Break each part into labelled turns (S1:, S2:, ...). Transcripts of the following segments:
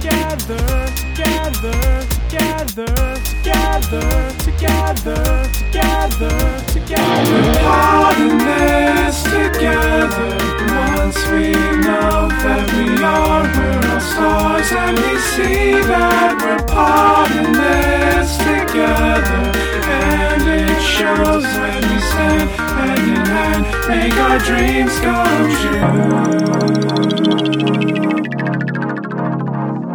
S1: Gather, gather, gather, gather, together, together, together. We're part in this together. Once we know that we are, we're all stars, and we see that we're part in this together. And it shows when we stand hand in hand, make our dreams come true.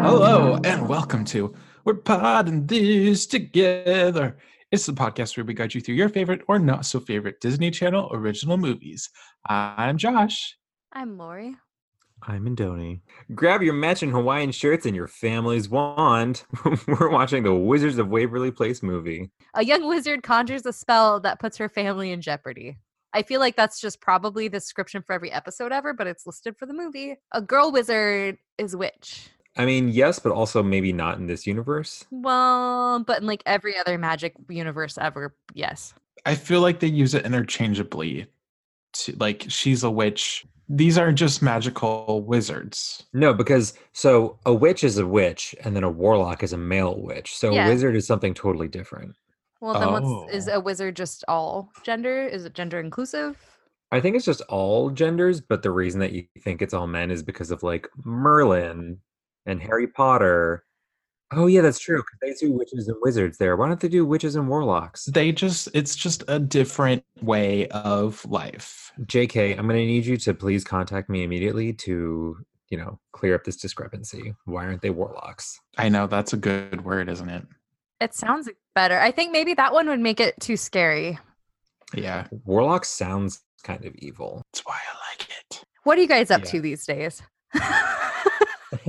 S1: Hello, and welcome to We're Podding This Together. It's the podcast where we guide you through your favorite or not so favorite Disney Channel original movies. I'm Josh.
S2: I'm Lori.
S3: I'm Indoni.
S4: Grab your matching Hawaiian shirts and your family's wand. We're watching the Wizards of Waverly Place movie.
S2: A young wizard conjures a spell that puts her family in jeopardy. I feel like that's just probably the description for every episode ever, but it's listed for the movie. A girl wizard is witch.
S4: I mean, yes, but also maybe not in this universe.
S2: Well, but in like every other magic universe ever, yes.
S1: I feel like they use it interchangeably. To, like she's a witch. These are just magical wizards.
S4: No, because so a witch is a witch, and then a warlock is a male witch. So
S2: Yeah.
S4: a wizard is something totally different.
S2: Well, then
S1: Oh.
S2: what's is a wizard just all gender? Is it gender inclusive?
S4: I think it's just all genders, but the reason that you think it's all men is because of like Merlin and Harry Potter. Oh yeah, that's true. 'cause They do witches and wizards there. Why don't they do witches and warlocks?
S1: They just, it's just a different way of life.
S4: JK, I'm gonna need you to please contact me immediately to, you know, clear up this discrepancy. Why aren't they warlocks?
S1: I know that's a good word, isn't it?
S2: It sounds better. I think maybe that one would make it too scary.
S1: Yeah,
S4: Warlock sounds kind of evil.
S1: that's why I like it.
S2: What are you guys up
S4: Yeah.
S2: to these days?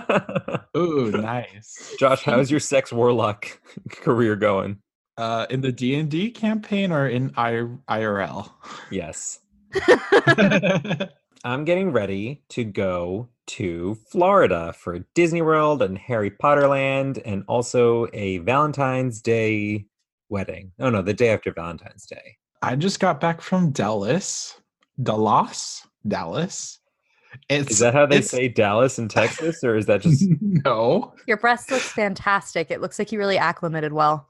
S1: Ooh, nice.
S4: Josh, how's your sex warlock career going?
S1: Uh, in the D and D campaign or in I- IRL?
S4: Yes. I'm getting ready to go to Florida for Disney World and Harry Potter Land and also a Valentine's Day wedding. Oh no, the day after Valentine's Day.
S1: I just got back from Dallas, Dallas, Dallas. It's,
S4: Is that how they
S1: it's-
S4: say Dallas in Texas or is that just
S1: no?
S2: Your breast looks fantastic. It looks like you really acclimated well.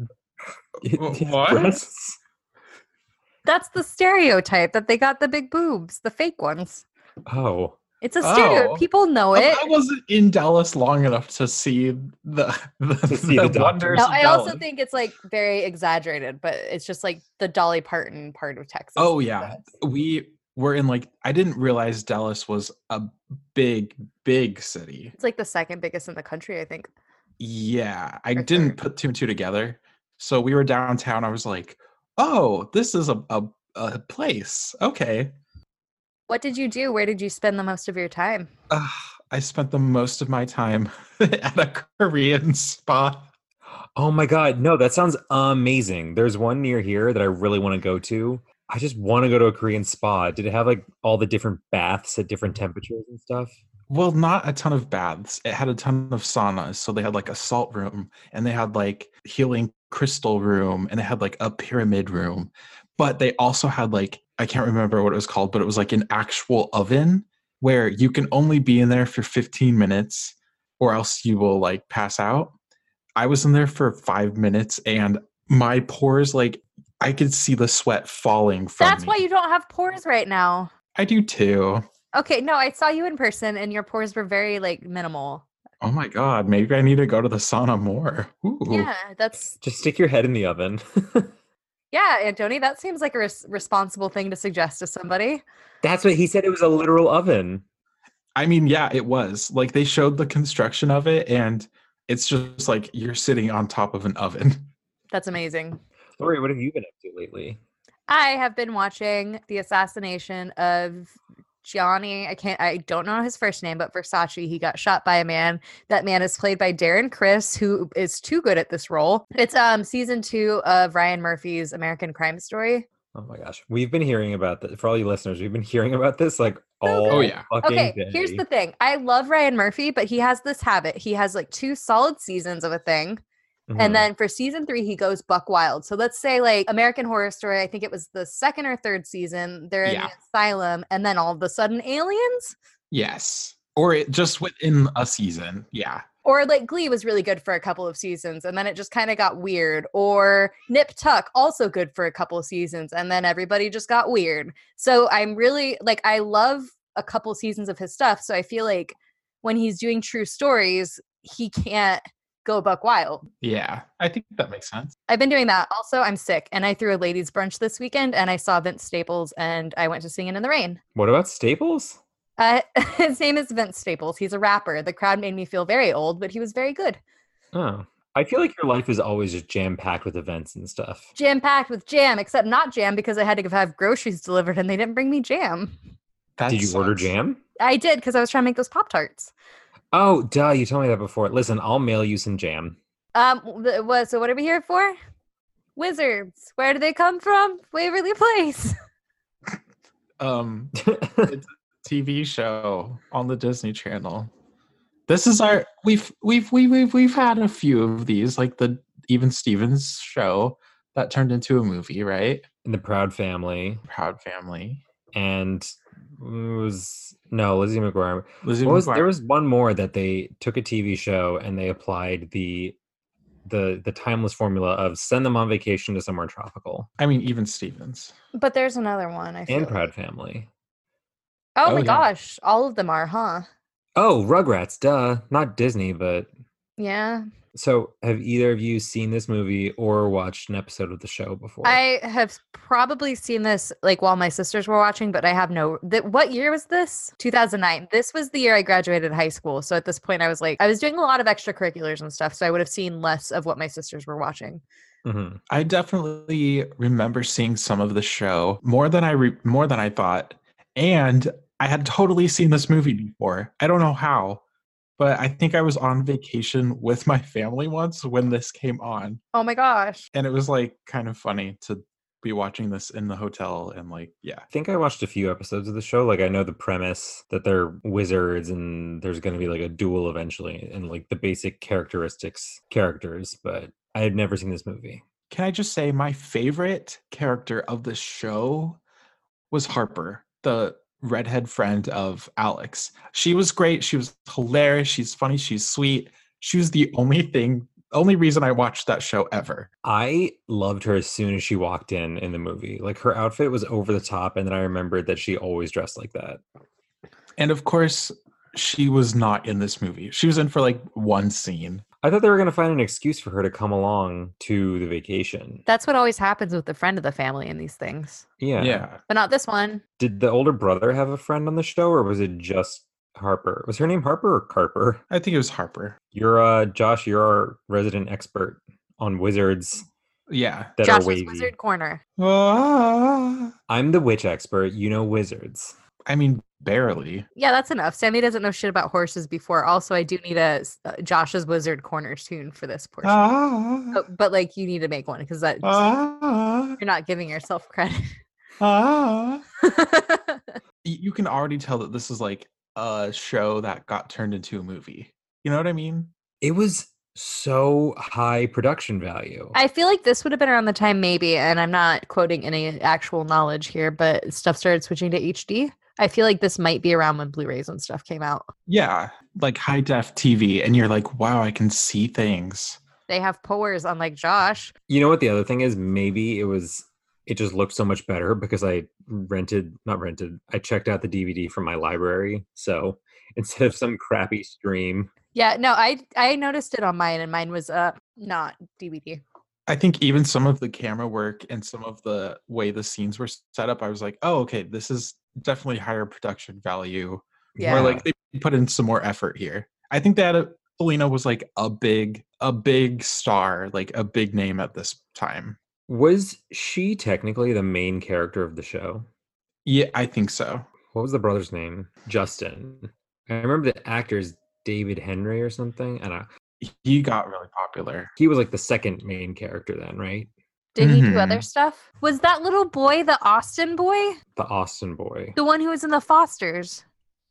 S1: Wh-
S4: his
S1: what?
S4: breasts?
S2: That's the stereotype that they got the big boobs, the fake ones.
S4: Oh.
S2: It's a
S1: Oh.
S2: stereotype. People know
S1: I-
S2: it.
S1: I wasn't in Dallas long enough to see the the,
S4: see
S1: the
S4: the doctor.
S1: wonders.
S2: No,
S1: of
S2: I also
S1: Dallas.
S2: think it's like very exaggerated, but it's just like the Dolly Parton part of Texas.
S1: Oh,
S2: is
S1: yeah.
S2: this.
S1: we were in like I didn't realize Dallas was a big big city.
S2: It's like the second biggest in the country, I think.
S1: Yeah, I
S2: For
S1: didn't
S2: sure.
S1: put two and two together. So we were downtown. I was like, oh, this is a a, a place. Okay.
S2: What did you do? Where did you spend the most of your time?
S1: Uh, I spent the most of my time at a Korean spa.
S4: Oh my god, no, that sounds amazing. There's one near here that I really want to go to. I just want to go to a Korean spa. Did it have like all the different baths at different temperatures and stuff?
S1: Well, not a ton of baths. It had a ton of saunas. So they had like a salt room and they had like healing crystal room and they had like a pyramid room. But they also had like, I can't remember what it was called, but it was like an actual oven where you can only be in there for 15 minutes or else you will like pass out. I was in there for five minutes and my pores, like, I could see the sweat falling from
S2: That's
S1: me.
S2: why you don't have pores right now.
S1: I do too.
S2: Okay, no, I saw you in person and your pores were very like minimal.
S1: Oh my God, maybe I need to go to the sauna more. Ooh.
S2: Yeah, that's
S4: Just stick your head in the oven.
S2: yeah, Antoni. That seems like a res- responsible thing to suggest to somebody.
S4: That's what he said. It was a literal oven.
S1: I mean, yeah, it was. Like they showed the construction of it, and it's just like you're sitting on top of an oven.
S2: That's amazing.
S4: Lori, what have you been up to lately?
S2: I have been watching the assassination of Johnny. I can't, I don't know his first name, but Versace. He got shot by a man. That man is played by Darren Chris, who is too good at this role. It's um season two of Ryan Murphy's American Crime Story.
S4: Oh my gosh, we've been hearing about this. For all you listeners, we've been hearing about this like all.
S1: Oh, yeah.
S4: fucking
S2: Okay, here's
S4: day.
S2: the thing. I love Ryan Murphy, but he has this habit. He has like two solid seasons of a thing,
S4: Mhm.
S2: And then for season three, he goes buck wild. So let's say like American Horror Story, I think it was the second or third season, they're in
S1: Yeah.
S2: the asylum, and then all of a sudden aliens.
S1: Yes. or it just within a season. Yeah.
S2: Or like Glee was really good for a couple of seasons and then it just kind of got weird. Or Nip Tuck also good for a couple of seasons and then everybody just got weird. So I'm really like I love a couple seasons of his stuff. So I feel like when he's doing true stories, he can't go buck wild.
S1: Yeah. I think that makes sense.
S2: I've been doing that. Also, I'm sick and I threw a ladies brunch this weekend and I saw Vince Staples and I went to Singing in the Rain.
S4: What about Staples?
S2: Uh, his name is Vince Staples. He's a rapper. The crowd made me feel very old, but he was very good.
S4: Oh, I feel like your life is always just jam packed with events and stuff.
S2: Jam packed with jam, except not jam because I had to have groceries delivered and they didn't bring me jam.
S1: That
S4: Did you order
S1: sucks.
S4: jam?
S2: I did because I was trying to make those Pop Tarts.
S4: Oh, duh, you told me that before. Listen, I'll mail you some jam.
S2: Um, wh- wha- so what are we here for? Wizards. Where do they come from? Waverly Place.
S1: Um, TV show on the Disney Channel. This is our we've we've we- we've we've had a few of these, like the Even Stevens show that turned into a movie, right?
S4: and the Proud Family
S1: Proud Family.
S4: and it was no Lizzie McGuire.
S1: Lizzie
S4: What was, there
S1: McGuire.
S4: was one more that they took a TV show and they applied the the the timeless formula of send them on vacation to somewhere tropical
S1: I mean, Even Stevens.
S2: But there's another one. I feel.
S4: and
S2: like.
S4: Proud Family.
S1: Oh,
S2: Oh, my
S1: yeah.
S2: gosh, all of them are, huh?
S4: Oh, Rugrats, duh, not Disney, but
S2: Yeah.
S4: so have either of you seen this movie or watched an episode of the show before?
S2: I have probably seen this like while my sisters were watching, but I have no. Th- what year was this? 2009. This was the year I graduated high school. So at this point, I was like, I was doing a lot of extracurriculars and stuff. So I would have seen less of what my sisters were watching.
S4: Mhm.
S1: I definitely remember seeing some of the show more than I re- more than I thought, and I had totally seen this movie before. I don't know how, but I think I was on vacation with my family once when this came on,
S2: Oh my gosh.
S1: and it was like kind of funny to be watching this in the hotel and like yeah
S4: I think I watched a few episodes of the show. Like I know the premise that they're wizards and there's going to be like a duel eventually and like the basic characteristics characters, but I had never seen this movie.
S1: can i just say my favorite character of the show was harper the redhead friend of alex she was great she was hilarious she's funny she's sweet she was the only thing only reason i watched that show ever
S4: I loved her as soon as she walked in in the movie. Like her outfit was over the top and then I remembered that she always dressed like that.
S1: and of course she was not in this movie she was in for like one scene
S4: I thought they were going to find an excuse for her to come along to the vacation.
S2: That's what always happens with the friend of the family in these things,
S4: Yeah.
S1: yeah,
S2: but not this one.
S4: Did the older brother have a friend on the show or was it just Harper? Was her name Harper or Carper?
S1: i think it was harper
S4: You're uh Josh, you're our resident expert on wizards
S1: yeah
S4: that are
S2: Josh's
S4: wavy.
S2: Wizard Corner.
S1: Ah.
S4: I'm the witch expert, you know wizards.
S1: i mean barely
S2: Yeah, that's enough. Sammy doesn't know shit about horses before. Also, I do need a s- uh, Josh's Wizard Corner soon for this portion.
S1: Ah,
S2: but, but like, you need to make one because that
S1: ah,
S2: you're not giving yourself credit.
S1: ah. Y- You can already tell that this is like a show that got turned into a movie. You know what I mean?
S4: It was so high production value.
S2: I feel like this would have been around the time, maybe, and I'm not quoting any actual knowledge here, but stuff started switching to HD. I feel like this might be around when Blu rays and stuff came out.
S1: Yeah, like high def TV, and you're like, wow, I can see things.
S2: They have pores, unlike Josh.
S4: you know what the other thing is? Maybe it was it just looked so much better because I rented not rented, I checked out the DVD from my library. So instead of some crappy stream.
S2: Yeah, no, I I noticed it on mine, and mine was uh not DVD.
S1: I think even some of the camera work and some of the way the scenes were set up, I was like, oh, okay, this is definitely higher production value.
S2: Yeah.
S1: Or like they put in some more effort here. I think that uh, Felina was like a big, a big star, like a big name at this time.
S4: Was she technically the main character of the show?
S1: Yeah, I think so.
S4: what was the brother's name? Justin. I remember the actor's David Henry or something, and I,
S1: He got really popular.
S4: he was like the second main character then, right?
S2: Did he do other
S1: Mhm.
S2: stuff? Was that little boy the Austin boy,
S4: The Austin boy.
S2: the one who was in the Fosters?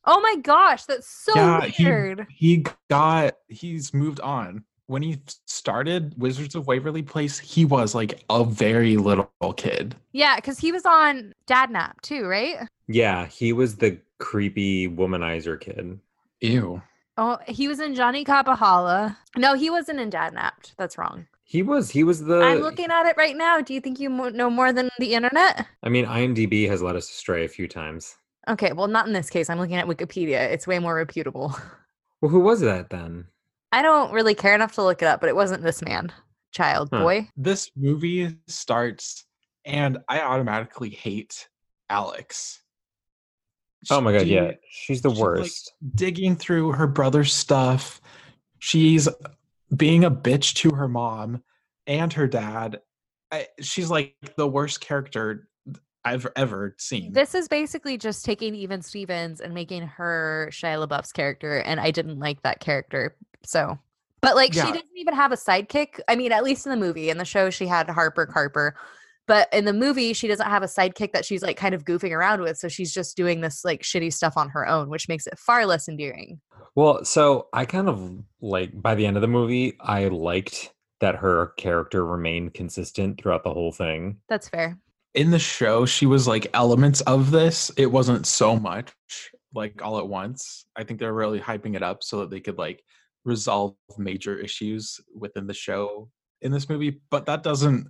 S2: Oh my gosh, that's so weird.
S1: He, he got he's moved on. When he started Wizards of Waverly Place, he was like a very little kid.
S2: Yeah, because he was on Dadnap too, right?
S4: Yeah, he was the creepy womanizer kid.
S1: Ew.
S2: Oh, he was in Johnny Capahala. No, he wasn't in Dadnapped. That's wrong.
S4: He was. He was the.
S2: I'm looking at it right now. Do you think you mo- know more than the internet?
S4: I mean, IMDb has led us astray a few times.
S2: Okay, well, not in this case. I'm looking at Wikipedia. It's way more reputable.
S4: Well, who was that then?
S2: I don't really care enough to look it up, but it wasn't this man, child,
S4: Huh.
S2: boy.
S1: This movie starts, and I automatically hate Alex.
S4: Oh my god,
S1: She-
S4: yeah, she's the
S1: she's like-
S4: worst.
S1: digging through her brother's stuff. She's being a bitch to her mom and her dad. I, she's like the worst character I've ever seen.
S2: This is basically just taking Even Stevens and making her Shia LaBeouf's character, and I didn't like that character. So, but like
S1: Yeah.
S2: she doesn't even have a sidekick. I mean, at least in the movie. In the show, she had Harper Carper, but in the movie, she doesn't have a sidekick that she's like kind of goofing around with. So she's just doing this like shitty stuff on her own, which makes it far less endearing.
S4: Well, so I kind of like by the end of the movie, I liked that her character remained consistent throughout the whole thing.
S2: That's fair.
S1: In the show, she was like elements of this. It wasn't so much like all at once. I think they're really hyping it up so that they could like resolve major issues within the show in this movie, but that doesn't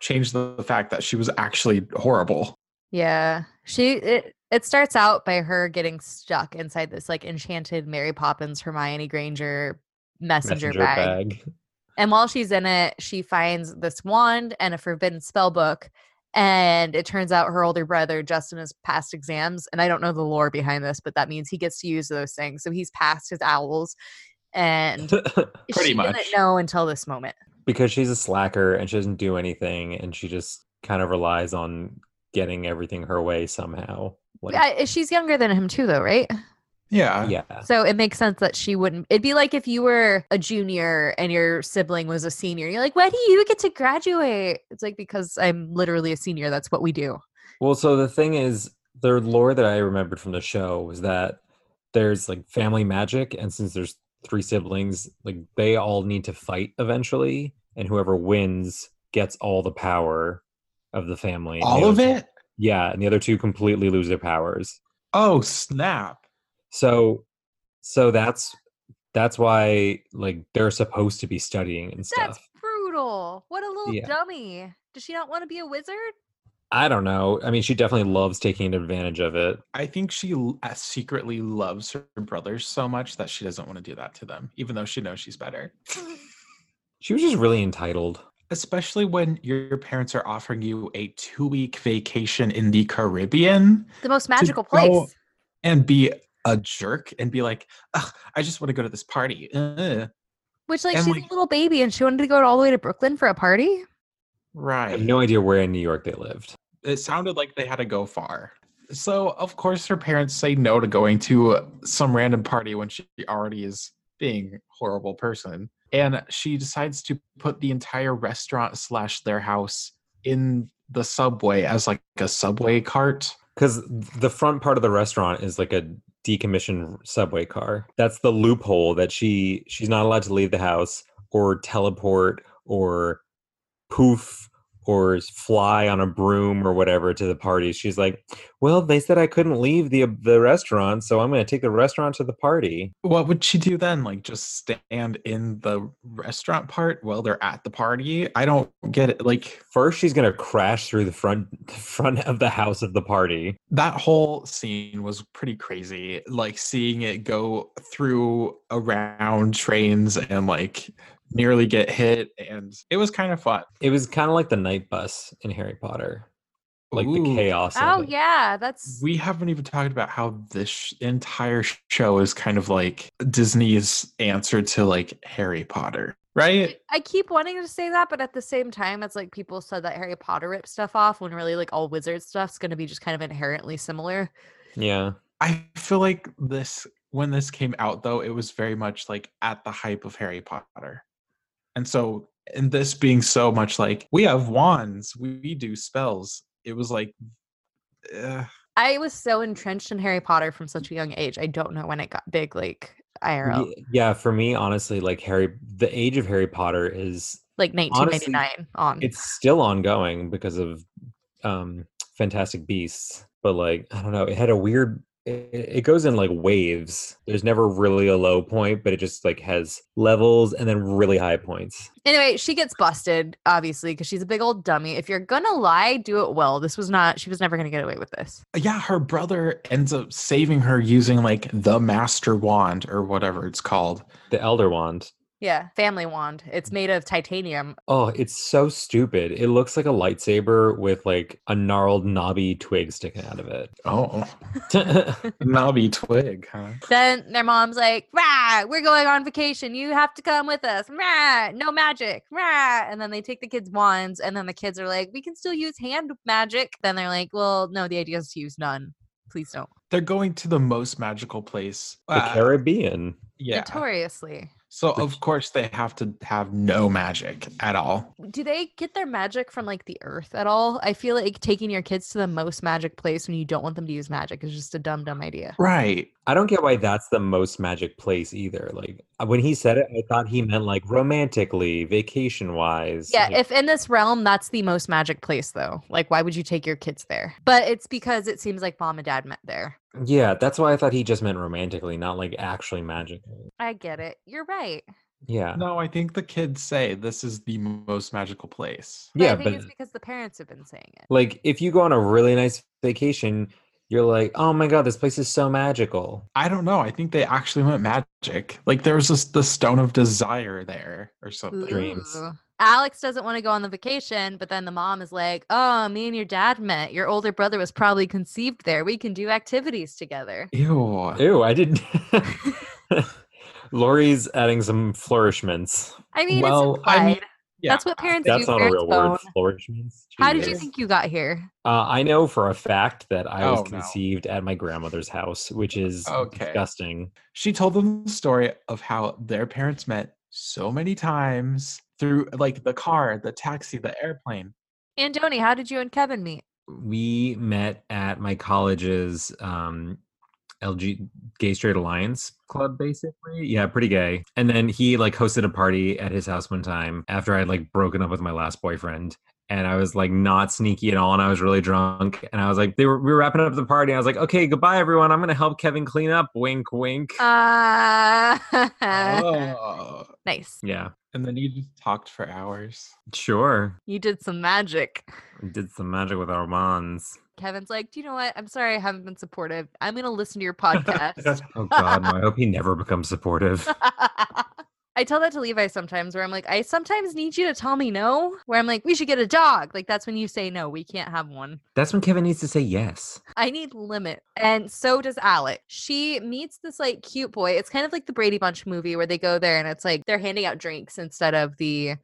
S1: change the fact that she was actually horrible.
S2: Yeah, she it it starts out by her getting stuck inside this like enchanted Mary Poppins Hermione Granger messenger, bag. And while she's in it, she finds this wand and a forbidden spell book. And it turns out her older brother, Justin, has passed exams. And I don't know the lore behind this, but that means he gets to use those things. So he's passed his owls. And
S1: Pretty
S2: she
S1: much.
S2: didn't know until this moment.
S4: because she's a slacker and she doesn't do anything and she just kind of relies on getting everything her way somehow. Like,
S2: Yeah, I- she's younger than him, too, though, right?
S1: Yeah.
S4: yeah.
S2: So it makes sense that she wouldn't. It'd be like if you were a junior and your sibling was a senior. You're like, why do you get to graduate? It's like, because I'm literally a senior. That's what we do.
S4: Well, so the thing is, the lore that I remembered from the show was that there's like family magic, and since there's three siblings, like they all need to fight eventually, and whoever wins gets all the power of the family. and the
S1: All
S4: other
S1: of
S4: two-
S1: it?
S4: yeah, and the other two completely lose their powers.
S1: Oh, snap.
S4: So, so that's that's why like they're supposed to be studying and
S2: That's
S4: stuff.
S2: brutal. What a little
S4: Yeah.
S2: dummy. Does she not want to be a wizard?
S4: I don't know. I mean, she definitely loves taking advantage of it.
S1: I think she l- uh, secretly loves her brothers so much that she doesn't want to do that to them, even though she knows she's better.
S4: She was just really entitled.
S1: Especially when your parents are offering you a two week vacation in the Caribbean
S2: The most magical
S1: go-
S2: place.
S1: and be a jerk and be like, Ugh, I just want to go to this party. Uh,
S2: Which like
S1: and,
S2: she's
S1: like-
S2: a little baby and she wanted to go all the way to Brooklyn for a party.
S4: I
S1: right.
S4: have no idea where in New York they lived.
S1: it sounded like they had to go far. So, of course, her parents say no to going to some random party when she already is being a horrible person. And she decides to put the entire restaurant slash their house in the subway as like a subway cart.
S4: Because the front part of the restaurant is like a decommissioned subway car. That's the loophole that she she's not allowed to leave the house or teleport or poof or s- fly on a broom or whatever to the party. She's like, "Well, they said I couldn't leave the the restaurant, so I'm going to take the restaurant to the party."
S1: What would she do then? Like just stand in the restaurant part while they're at the party? I don't get it. Like
S4: First, she's going to crash through the front the front of the house of the party.
S1: that whole scene was pretty crazy like seeing it go through around trains and like nearly get hit and it was kind of fun
S4: It was kind of like the night bus in Harry Potter, like the
S1: Ooh.
S4: chaos. of
S2: Oh
S4: it.
S2: yeah, that's
S1: we haven't even talked about how this sh- entire sh- show is kind of like disney's answer to like harry potter right
S2: I keep wanting to say that, but at the same time, it's like people said that Harry Potter ripped stuff off when really like all wizard stuff's gonna be just kind of inherently similar.
S4: Yeah.
S1: i feel like this when this came out though it was very much like at the hype of harry potter and so and this being so much like we have wands we, we do spells it was like uh,
S2: I was so entrenched in Harry Potter from such a young age. I don't know when it got big, like IRL,
S4: Ye- Yeah, for me, honestly, like Harry, the age of Harry Potter is
S2: like 1999 on.
S4: it's still ongoing because of um Fantastic Beasts, but like I don't know, it had a weird it, it goes in like waves. There's never really a low point, but it just like has levels and then really high points.
S2: Anyway, she gets busted, obviously, because she's a big old dummy. If you're gonna lie, do it well. This was not, she was never gonna get away with this.
S1: Yeah, her brother ends up saving her using like the master wand or whatever it's called.
S4: The Elder Wand.
S2: Yeah, family wand. It's made of titanium.
S4: Oh, it's so stupid. It looks like a lightsaber with like a gnarled, knobby twig sticking out of
S1: Oh,
S4: it.
S1: knobby twig, huh?
S2: Then their mom's like, Rah, we're going on vacation. You have to come with us. Rah, no magic. Rah. And then they take the kids' wands, and then the kids are like, we can still use hand magic. Then they're like, well, no, the idea is to use none. Please don't.
S1: They're going to the most magical place.
S4: the
S1: Uh,
S4: Caribbean.
S1: yeah.
S2: Notoriously.
S1: So of course they have to have no magic at all.
S2: Do they get their magic from like the earth at all? I feel like taking your kids to the most magic place when you don't want them to use magic is just a dumb, dumb idea.
S1: Right.
S4: I don't get why that's the most magic place either. Like uh, when he said it, I thought he meant like romantically, vacation wise.
S2: Yeah, if in this realm, that's the most magic place though. Like, why would you take your kids there? But it's because it seems like mom and dad met there.
S4: yeah, that's why I thought he just meant romantically, not like actually magically.
S2: I get it. You're right.
S4: Yeah.
S1: No, I think the kids say this is the most magical place.
S2: But I
S4: yeah,
S2: think
S4: but
S2: it's because the parents have been saying it.
S4: like if you go on a really nice vacation, you're like, oh my God, this place is so magical.
S1: I don't know. I think they actually went magic. Like there was this the stone of desire there or something.
S4: Dreams.
S2: Ooh. Alex doesn't want to go on the vacation, but then the mom is like, "Oh, me and your dad met. Your older brother was probably conceived there. We can do activities together."
S1: Ew.
S4: Ew, I didn't. Lori's adding some flourishments.
S2: I mean,
S1: Well,
S2: it's
S1: I mean,
S2: implied. That's what parents
S4: That's
S2: do.
S4: not a
S2: parents
S4: real word.
S2: bone.
S4: Flourishments.
S2: How did you
S4: Jesus.
S2: think you got here?
S4: Uh, I know for a fact that I
S1: Oh,
S4: was
S1: no.
S4: conceived at my grandmother's house, which is
S1: Okay.
S4: disgusting.
S1: She told them the story of how their parents met so many times through like the car, the taxi, the airplane.
S2: Andoni, how did you and Kevin meet?
S4: We met at my college's um, LG Gay Straight Alliance club, basically. Yeah, pretty gay. And then he like hosted a party at his house one time after I had like broken up with my last boyfriend. And I was like not sneaky at all, and I was really drunk. And I was like, they were we were wrapping up the party. I was like, okay, goodbye, everyone. I'm gonna help Kevin clean up. Wink, wink.
S2: Uh,
S1: oh.
S2: Nice.
S4: yeah,
S1: And then you just talked for hours.
S4: sure.
S2: You did some magic.
S4: We did some magic with our wands.
S2: Kevin's like, do you know what? I'm sorry I haven't been supportive. I'm going to listen to your podcast.
S4: Oh God, no, I hope he never becomes supportive.
S2: I tell that to Levi sometimes where I'm like, I sometimes need you to tell me no. Where I'm like, we should get a dog. Like, that's when you say no, we can't have one.
S4: That's when Kevin needs to say yes.
S2: I need limit. And so does Alec. She meets this like cute boy. It's kind of like the Brady Bunch movie where they go there and it's like they're handing out drinks instead of the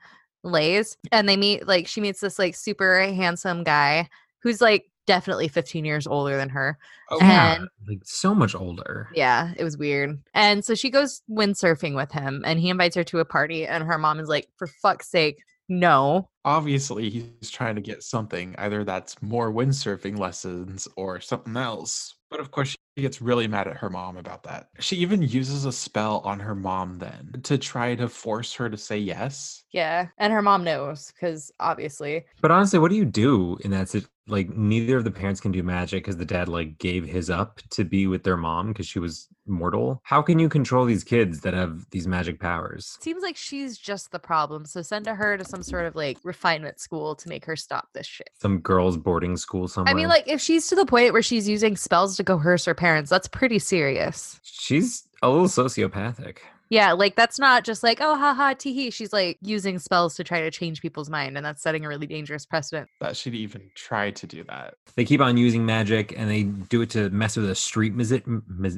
S2: lays. And they meet like she meets this like super handsome guy who's like definitely 15 years older than her.
S1: Oh,
S2: Yeah.
S4: Yeah, like so much older.
S2: Yeah, it was weird. And so she goes windsurfing with him and he invites her to a party and her mom is like, for fuck's sake, no.
S1: obviously he's trying to get something either that's more windsurfing lessons or something else but of course she gets really mad at her mom about that she even uses a spell on her mom then to try to force her to say yes
S2: Yeah. And her mom knows because obviously.
S4: But honestly, what do you do in that situation? Like, neither of the parents can do magic because the dad like gave his up to be with their mom because she was mortal. How can you control these kids that have these magic powers?
S2: Seems like she's just the problem. So send to her to some sort of like refinement school to make her stop this shit.
S4: Some girls' boarding school somewhere.
S2: I mean, like, if she's to the point where she's using spells to coerce her parents, that's pretty serious.
S4: she's a little sociopathic.
S2: Yeah, like, that's not just like, oh, haha, tee hee. She's like using spells to try to change people's mind, and that's setting a really dangerous precedent.
S1: that she'd even try to do that
S4: They keep on using magic and they do it to mess with a street music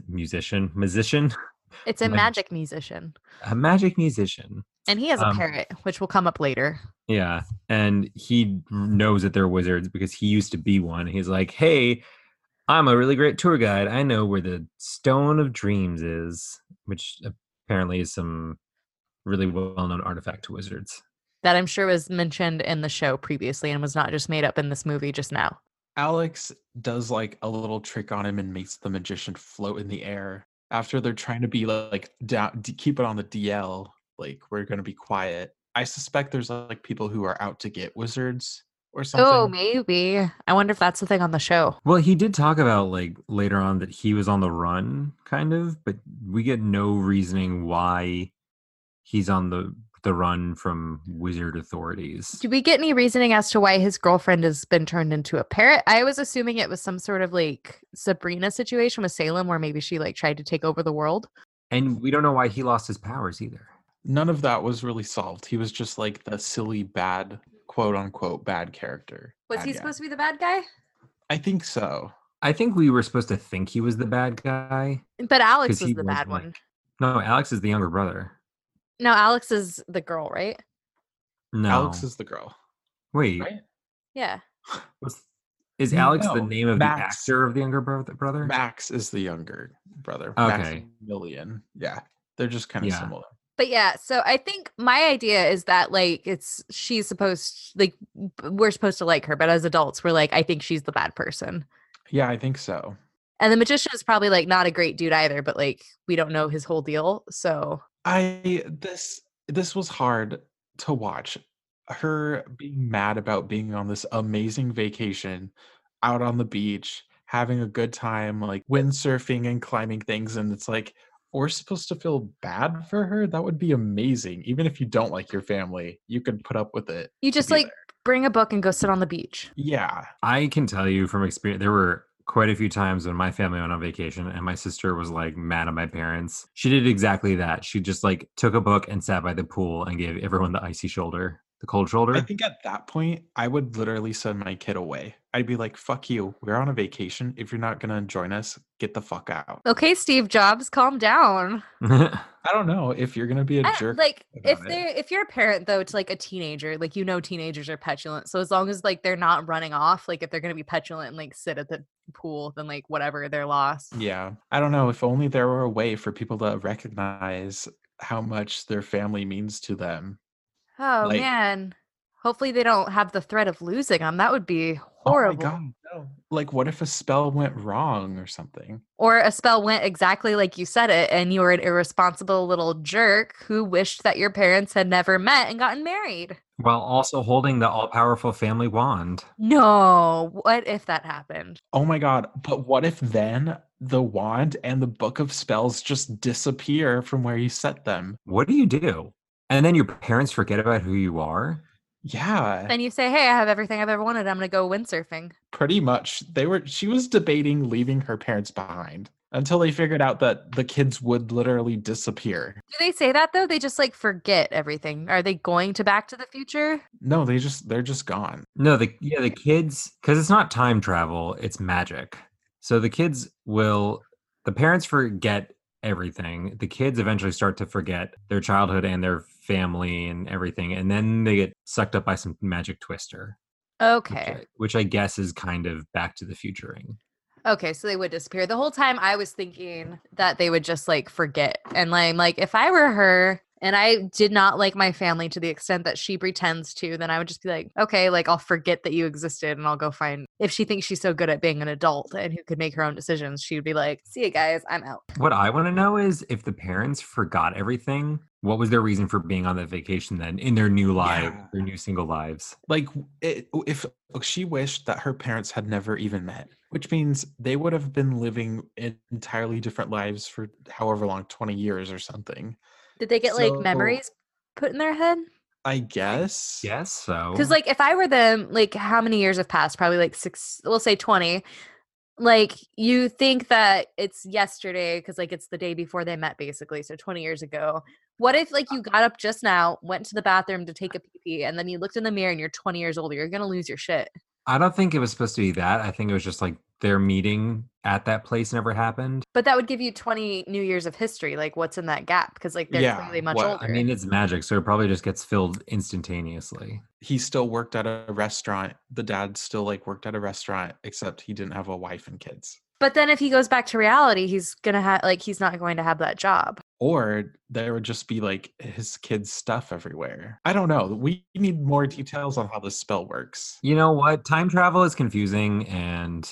S4: musician, musician,
S2: It's a
S4: Like-
S2: magic musician,
S4: a magic musician.
S2: and he has a
S4: Um,
S2: parrot, which will come up later.
S4: Yeah, and he knows that they're wizards because he used to be one. He's like, "Hey, I'm a really great tour guide. I know where the Stone of Dreams is, which apparently is some really well-known artifact to wizards."
S2: That I'm sure was mentioned in the show previously and was not just made up in this movie just now.
S1: alex does like a little trick on him and makes the magician float in the air after they're trying to be like down d- keep it on the dl like we're going to be quiet i suspect there's like people who are out to get wizards or something.
S2: Oh, maybe. I wonder if that's the thing on the show.
S4: Well, he did talk about like later on that he was on the run, kind of, but we get no reasoning why he's on the the run from wizard authorities.
S2: Do we get any reasoning as to why his girlfriend has been turned into a parrot? I was assuming it was some sort of like Sabrina situation with Salem where maybe she like tried to take over the world.
S4: And we don't know why he lost his powers either.
S1: None of that was really solved. He was just like the silly bad quote unquote bad character.
S2: Was
S1: bad
S2: he
S1: guy.
S2: supposed to be the bad guy?
S1: I think so.
S4: I think we were supposed to think he was the bad guy.
S2: But Alex
S4: 'Cause
S2: was
S4: he
S2: the
S4: was,
S2: bad
S4: like-
S2: one.
S4: No, Alex is the younger brother.
S2: No, Alex is the girl, right?
S4: No.
S1: Alex is the girl.
S4: Wait.
S1: right?
S2: Yeah.
S4: what's- Is Alex the
S1: No,
S4: name of the
S1: Max.
S4: actor of the younger brother? brother?
S1: Max is the younger brother.
S4: Okay.
S1: Maximilian. Yeah. They're just kind of
S4: Yeah.
S1: similar.
S2: But yeah, so I think my idea is that like it's she's supposed like b- we're supposed to like her, but as adults we're like I think she's the bad person.
S1: Yeah, I think so.
S2: And the magician is probably like not a great dude either, but like we don't know his whole deal. So
S1: I this this was hard to watch. Her being mad about being on this amazing vacation out on the beach, having a good time, like windsurfing and climbing things, and it's like we're supposed to feel bad for her. That would be amazing. Even if you don't like your family, you can put up with it.
S2: you
S1: to
S2: just
S1: be
S2: like
S1: there.
S2: bring a book and go sit on the beach.
S1: yeah,
S4: I can tell you from experience, there were quite a few times when my family went on vacation and my sister was like mad at my parents. She did exactly that. She just like took a book and sat by the pool and gave everyone the icy shoulder, the cold shoulder.
S1: I think at that point, I would literally send my kid away. I'd be like, fuck you. We're on a vacation. If you're not going to join us, get the fuck out.
S2: Okay, Steve Jobs, calm down.
S1: I don't know if you're going to be a
S2: I-
S1: jerk.
S2: like if
S1: about it.
S2: they if you're a parent though to like a teenager, like you know teenagers are petulant. So as long as like they're not running off, like if they're gonna be petulant and like sit at the pool, then like whatever, they're lost.
S1: yeah. I don't know. If only there were a way for people to recognize how much their family means to them.
S2: Oh
S1: Like-
S2: man. Hopefully they don't have the threat of losing them. That would be
S1: Oh my
S2: horrible.
S1: God, no. Like, what if a spell went wrong or something?
S2: or a spell went exactly like you said it and you were an irresponsible little jerk who wished that your parents had never met and gotten married.
S4: While also holding the all powerful family wand.
S2: No, what if that happened?
S1: Oh my God. But what if then the wand and the book of spells just disappear from where you set them?
S4: What do you do? And then your parents forget about who you are?
S1: Yeah.
S2: Then you say, "Hey, I have everything I've ever wanted. I'm going to go windsurfing."
S1: pretty much they were she was debating leaving her parents behind until they figured out that the kids would literally disappear
S2: Do they say that though? They just like forget everything. Are they going to Back to the Future?
S1: no they just they're just gone
S4: No, the yeah, the kids because it's not time travel, it's magic. So the kids will the parents forget everything. The kids eventually start to forget their childhood and their family and everything, and then they get sucked up by some magic twister. which
S2: Okay.
S4: I- Which I, guess is kind of back to the futuring.
S2: Okay, so they would disappear. The whole time I was thinking that they would just like forget. And like, I'm like if I were her and I did not like my family to the extent that she pretends to, then I would just be like, okay, like I'll forget that you existed and I'll go find if she thinks she's so good at being an adult and who could make her own decisions, she would be like, see you guys, I'm out.
S4: What I want to know is if the parents forgot everything, what was their reason for being on that vacation then in their new life,
S1: Yeah.
S4: their new single lives?
S1: like w- it, w- if she wished that her parents had never even met which means they would have been living en- entirely different lives for however long 20 years or something
S2: Did they get like
S1: So-
S2: memories put in their head?
S1: i guess
S4: Yes, so
S2: Because like if I were them, like how many years have passed? Probably like six. We'll say twenty. Like you think that it's yesterday because like it's the day before they met, basically. So twenty years ago. What if like you got up just now, went to the bathroom to take a pee pee, and then you looked in the mirror and you're twenty years older? You're gonna lose your shit.
S4: I don't think it was supposed to be that. I think it was just like their meeting at that place never happened.
S2: But that would give you twenty new years of history. Like what's in that gap? Because like they're
S1: Yeah,
S2: clearly much
S1: well,
S2: older.
S4: I mean, it's magic, so it probably just gets filled instantaneously.
S1: he still worked at a restaurant the dad still like worked at a restaurant except he didn't have a wife and kids
S2: but then if he goes back to reality, he's gonna have like he's not going to have that job.
S1: or there would just be like his kids' stuff everywhere. I don't know. We need more details on how this spell works.
S4: You know what? Time travel is confusing and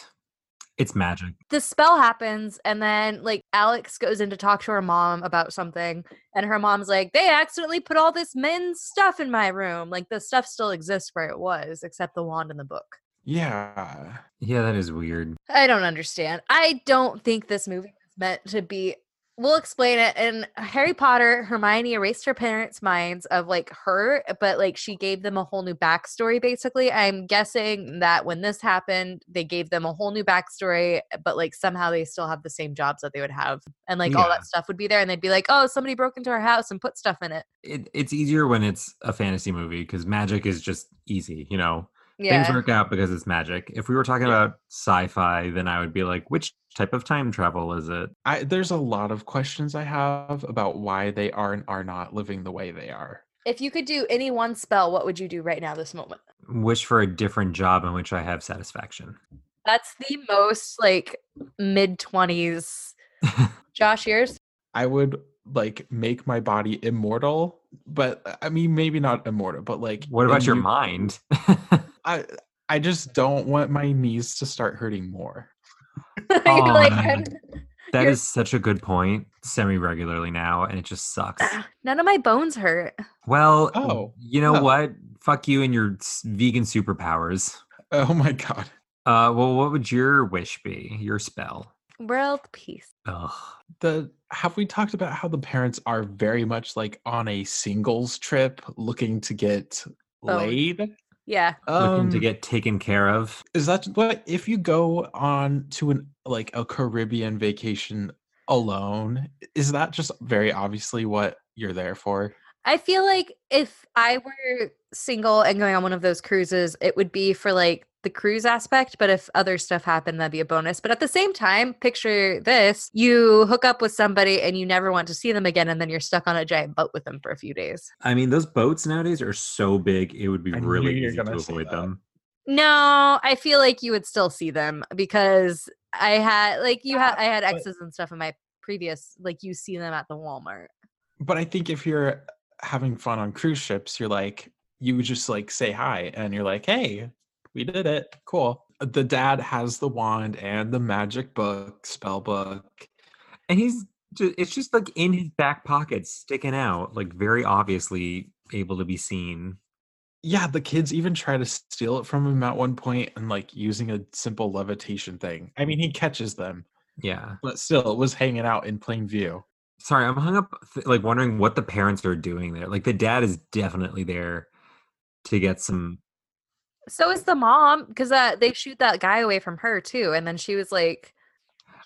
S4: It's magic.
S2: the spell happens and then like alex goes in to talk to her mom about something and her mom's like they accidentally put all this men's stuff in my room like the stuff still exists where it was except the wand and the book
S1: Yeah.
S4: Yeah, that is weird.
S2: i don't understand i don't think this movie was meant to be we'll explain it in harry potter hermione erased her parents minds of like her but like she gave them a whole new backstory basically i'm guessing that when this happened they gave them a whole new backstory but like somehow they still have the same jobs that they would have and like all
S4: Yeah.
S2: that stuff would be there and they'd be like oh somebody broke into our house and put stuff in it
S4: It, it's easier when it's a fantasy movie because magic is just easy, you know? Things
S2: yeah
S4: work out because it's magic. If we were talking about sci fi, then I would be like, which type of time travel is it?
S1: I, there's a lot of questions I have about why they are and are not living the way they are.
S2: if you could do any one spell what would you do right now this moment
S4: Wish for a different job in which I have satisfaction.
S2: that's the most like mid 20s josh yours
S1: I would like make my body immortal, but uh, I mean maybe not immortal, but like
S4: What about your
S1: immune-
S4: mind?
S1: I I just don't want my knees to start hurting more.
S2: You're
S4: Oh,
S2: like,
S4: man.
S2: "I'm-
S4: That
S2: Your-
S4: is such a good point semi regularly now, and it just sucks.
S2: none of my bones hurt.
S4: Well,
S1: Ah. Oh,
S4: you know
S1: huh.
S4: what? Fuck you and your s- vegan superpowers.
S1: Oh my god.
S4: Uh, well, what would your wish be? Your spell?
S2: World peace.
S4: Ugh.
S1: The have we talked about how the parents are very much like on a singles trip looking to get
S2: Boned.
S1: laid?
S2: Yeah.
S4: Looking to
S1: Um,
S4: get taken care of.
S1: is that what if you go on to an like a caribbean vacation alone is that just very obviously what you're there for
S2: I feel like if I were single and going on one of those cruises, it would be for like the cruise aspect. But if other stuff happened, that'd be a bonus. But at the same time, picture this you hook up with somebody and you never want to see them again. And then you're stuck on a giant boat with them for a few days.
S4: I mean, those boats nowadays are so big; it would be
S1: I knew
S4: really
S1: you were
S4: easy to
S1: gonna say
S4: avoid
S1: that.
S4: them.
S2: No, I feel like you would still see them because I had like you had I had
S1: but-
S2: exes and stuff in my previous like you see them at the Walmart.
S1: but i think if you're having fun on cruise ships you're like you would just like say hi and you're like hey we did it cool the dad has the wand and the magic book spell book
S4: And he's just—it's just like in his back pocket, sticking out, like very obviously able to be seen.
S1: yeah the kids even try to steal it from him at one point and like using a simple levitation thing i mean he catches them
S4: Yeah.
S1: but still it was hanging out in plain view
S4: Sorry, I'm hung up, th- like wondering what the parents are doing there. Like the dad is definitely there to get some.
S2: So is the mom because uh, they shoot that guy away from her too, and then she was like,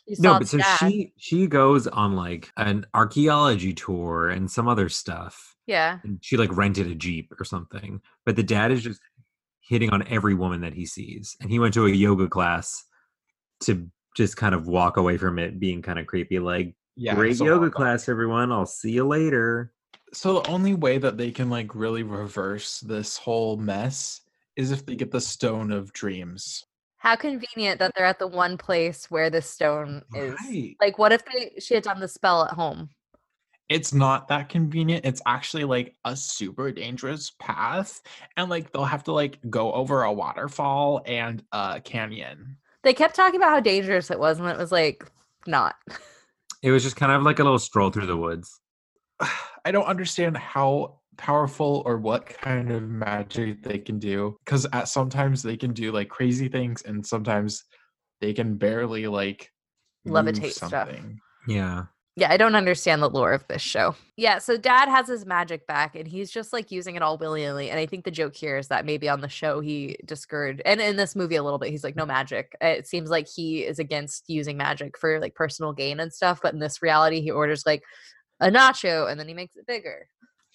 S2: she saw
S4: No, but
S2: the
S4: so
S2: dad.
S4: she she goes on like an archaeology tour and some other stuff.
S2: yeah,
S4: and she like rented a jeep or something but the dad is just hitting on every woman that he sees and he went to a yoga class to just kind of walk away from it being kind of creepy like
S1: yeah
S4: great
S1: it's a
S4: yoga
S1: lot.
S4: class everyone i'll see you later
S1: so the only way that they can like really reverse this whole mess is if they get the stone of dreams
S2: how convenient that they're at the one place where this stone is.
S1: Right.
S2: Like, what if they she had done the spell at home?
S1: it's not that convenient it's actually like a super dangerous path and like they'll have to like go over a waterfall and a canyon
S2: They kept talking about how dangerous it was, and it was like not.
S4: it was just kind of like a little stroll through the woods
S1: I don't understand how powerful or what kind of magic they can do because at sometimes they can do like crazy things and sometimes they can barely like move
S2: Levitate stuff.
S4: yeah
S2: Yeah, I don't understand the lore of this show. Yeah, so dad has his magic back and he's just like using it all willy nilly. And I think the joke here is that maybe on the show he discouraged, and in this movie a little bit, he's like, no magic. Uh, It seems like he is against using magic for like personal gain and stuff. But in this reality, he orders like a nacho and then he makes it bigger.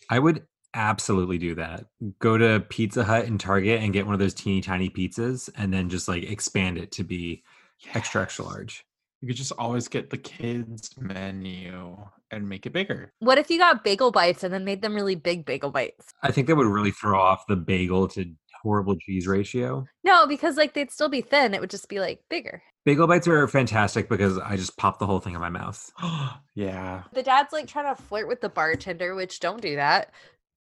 S4: i would absolutely do that go to pizza hut and target and get one of those teeny tiny pizzas and then just like expand it to be extra extra
S1: Yes.
S4: large
S1: You could just always get the kids menu and make it bigger.
S2: What if you got bagel bites and then made them really big bagel bites?
S4: i think that would really throw off the bagel to horrible cheese ratio
S2: No, because like they'd still be thin. It would just be like bigger.
S4: Bagel bites are fantastic because I just pop the whole thing in my mouth.
S1: yeah.
S2: The dad's like trying to flirt with the bartender, which don't do that.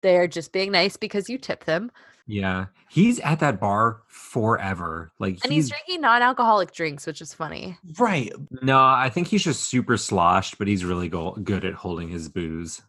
S2: They're just being nice because you tip them.
S4: Yeah. He's at that bar forever. Like
S2: And he's drinking non-alcoholic drinks, which is funny.
S1: Right.
S4: No, I think he's just super sloshed, but he's really go- good at holding his booze.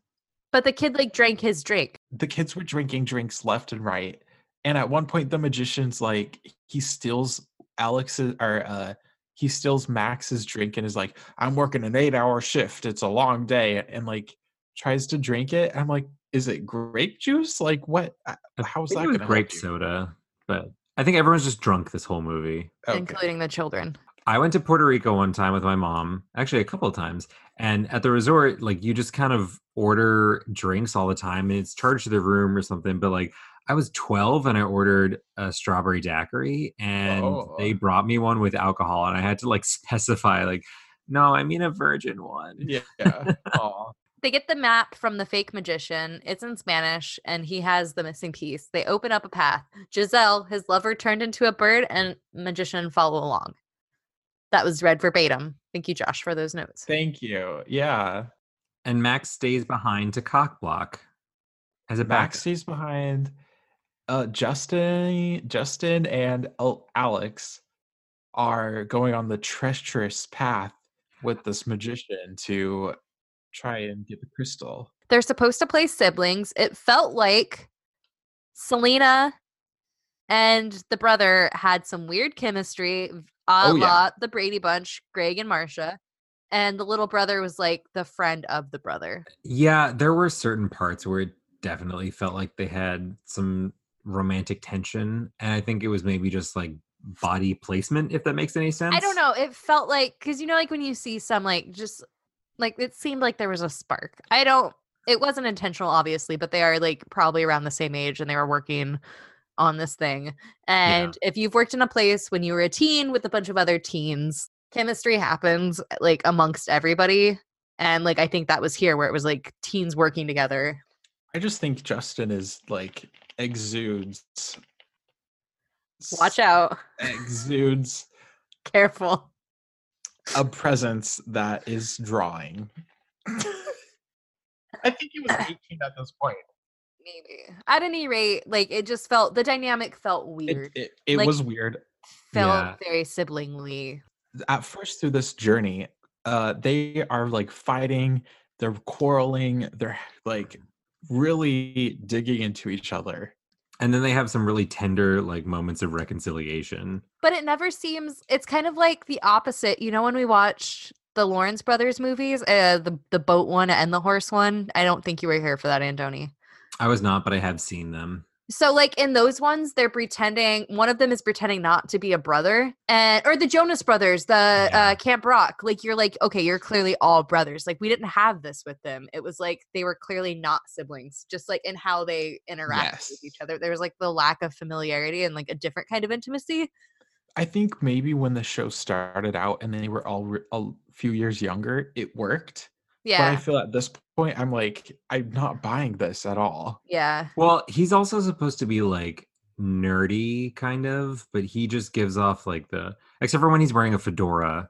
S2: But the kid like drank his drink.
S1: The kids were drinking drinks left and right. And at one point the magician's like he steals Alex's or uh he steals Max's drink and is like, I'm working an eight hour shift. It's a long day. And like tries to drink it. I'm like, is it grape juice? Like what I-
S4: I
S1: how's
S4: think
S1: that
S4: it was
S1: gonna help
S4: grape
S1: you?
S4: soda, but I think everyone's just drunk this whole movie.
S1: Okay.
S2: including the children.
S4: I went to Puerto Rico one time with my mom, actually a couple of times, and at the resort, like you just kind of order drinks all the time, and it's charged to the room or something. But like I was 12 and I ordered a strawberry daiquiri, and
S1: Oh.
S4: they brought me one with alcohol, and I had to like specify like, no, I mean a virgin one.
S1: Yeah. yeah. Aw.
S2: They get the map from the fake magician. It's in Spanish and he has the missing piece. They open up a path. Giselle, his lover, turned into a bird and magician follow along. That was read verbatim. Thank you, Josh, for those notes.
S1: Thank you. Yeah.
S4: And Max stays behind to cock block as a back.
S1: Max stays behind. Uh, Justin, Justin, and Al- Alex are going on the treacherous path with this magician to try and get the crystal.
S2: They're supposed to play siblings. It felt like Selena and the brother had some weird chemistry, v- a
S1: Oh,
S2: la
S1: yeah.
S2: the Brady Bunch, Greg and Marcia. And the little brother was like the friend of the brother.
S4: Yeah, there were certain parts where it definitely felt like they had some romantic tension. And I think it was maybe just like body placement, if that makes any sense.
S2: I don't know. It felt like because you know, like when you see some like just like it seemed like there was a spark. I don't. It wasn't intentional, obviously, but they are like probably around the same age, and they were working on this thing. And if you've worked in a place when you were a teen with a bunch of other teens, chemistry happens like amongst everybody. And like I think that was here where it was like teens working together.
S1: I just think Justin is like exudes.
S2: Watch out,
S1: Exudes
S2: careful.
S1: a presence that is drawing. I think he was 18 at this point.
S2: Maybe at any rate, like it just felt the dynamic felt weird.
S1: It, it, it
S2: Like-
S1: was weird.
S2: felt very siblingly.
S1: at first through this journey, uh, they are like fighting, they're quarreling, they're like really digging into each other.
S4: And then they have some really tender like moments of reconciliation.
S2: but it never seems it's kind of like the opposite you know when we watch the lawrence brothers movies uh the, the boat one and the horse one i don't think you were here for that andoni
S4: I was not, but I have seen them.
S2: so like in those ones they're pretending one of them is pretending not to be a brother and or the jonas brothers the
S4: Yeah.
S2: uh camp rock like you're like okay you're clearly all brothers like we didn't have this with them it was like they were clearly not siblings just like in how they interacted with each
S1: Yes.
S2: other there was like the lack of familiarity and like a different kind of intimacy
S1: I think maybe when the show started out and they were all re- a few years younger, it worked. But
S2: yeah
S1: I feel at this point, I'm like, I'm not buying this at all.
S2: yeah
S4: Well, he's also supposed to be like nerdy kind of, but he just gives off like the except for when he's wearing a fedora,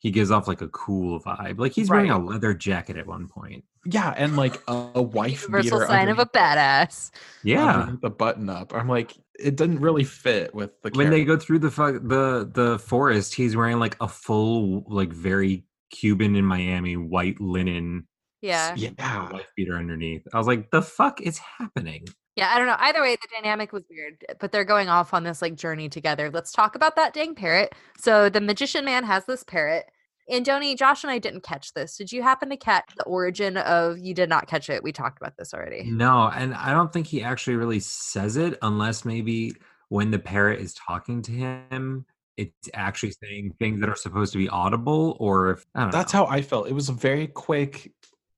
S4: he gives off like a cool vibe. Like he's wearing a
S1: Right.
S4: leather jacket at one point.
S1: Yeah, and like a, a wife
S2: universal
S1: beater
S2: sign of a
S1: underneath-
S2: badass.
S4: Yeah.
S1: underneath the button up. I'm like, it didn't really fit with the
S4: when they
S1: character.
S4: go through the fu- the the forest, he's wearing like a full like very Cuban in Miami white linen
S2: Yeah.
S4: suit with a
S1: Yeah.
S4: wife beater underneath. I was like, the fuck is happening?
S2: Yeah. I don't know. Either way, the dynamic was weird, but they're going off on this like journey together. Let's talk about that dang parrot. So the magician man has this parrot. And Joni, Josh and I didn't catch this. Did you happen to catch the origin of you did not catch it? We talked about this already.
S4: No, and I don't think he actually really says it unless maybe when the parrot is talking to him, it's actually saying things that are supposed to be audible, or if I don't
S1: That's
S4: know.
S1: how I felt. It was a very quick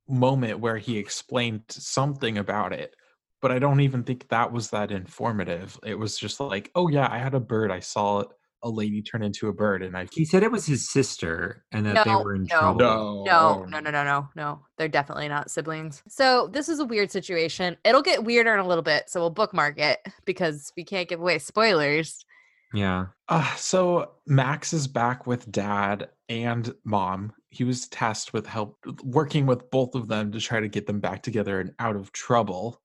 S1: moment where he explained something about it, but I don't even think that was that informative. It was just like, oh yeah, I had a bird. I saw a lady turn into a bird, and I
S4: he said it was his sister and that they
S2: No,
S4: were in
S2: no,
S4: trouble.
S1: no,
S2: No,
S4: Oh,
S2: no, no, no, no, no. They're definitely not siblings. So this is a weird situation. It'll get weirder in a little bit. So we'll bookmark it because we can't give away spoilers.
S4: Yeah.
S1: Uh, so Max is back with dad and mom. He was tasked with help working with both of them to try to get them back together and out of trouble,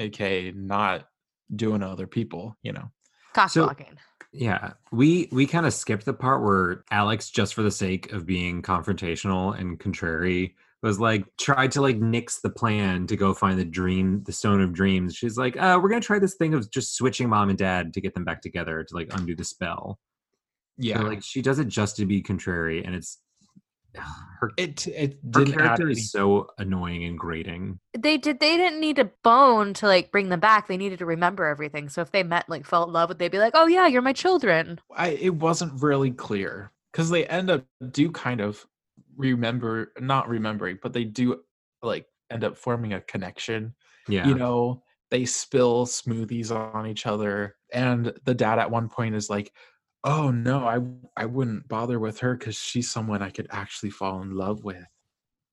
S1: aka not doing to other people, you know.
S2: Cock
S4: So-
S2: blocking.
S4: Yeah, we we kind of skipped the part where Alex, just for the sake of being confrontational and contrary, was like tried to like nix the plan to go find the dream, the stone of dreams. She's like, uh, we're gonna try this thing of just switching mom and dad to get them back together to like undo the spell. So,
S1: Yeah.
S4: like she does it just to be contrary, and it's her,
S1: it it
S4: her
S1: didn't add
S4: character
S1: any-
S4: is so annoying and grating.
S2: They did. They didn't need a bone to like bring them back. They needed to remember everything. So if they met, like, fell in love, would they be like, "Oh yeah, you're my children"?
S1: I it wasn't really clear because they end up do kind of remember not remembering, but they do like end up forming a connection.
S4: Yeah,
S1: You know, they spill smoothies on each other, and the dad at one point is like, "Oh no, I I wouldn't bother with her because she's someone I could actually fall in love with."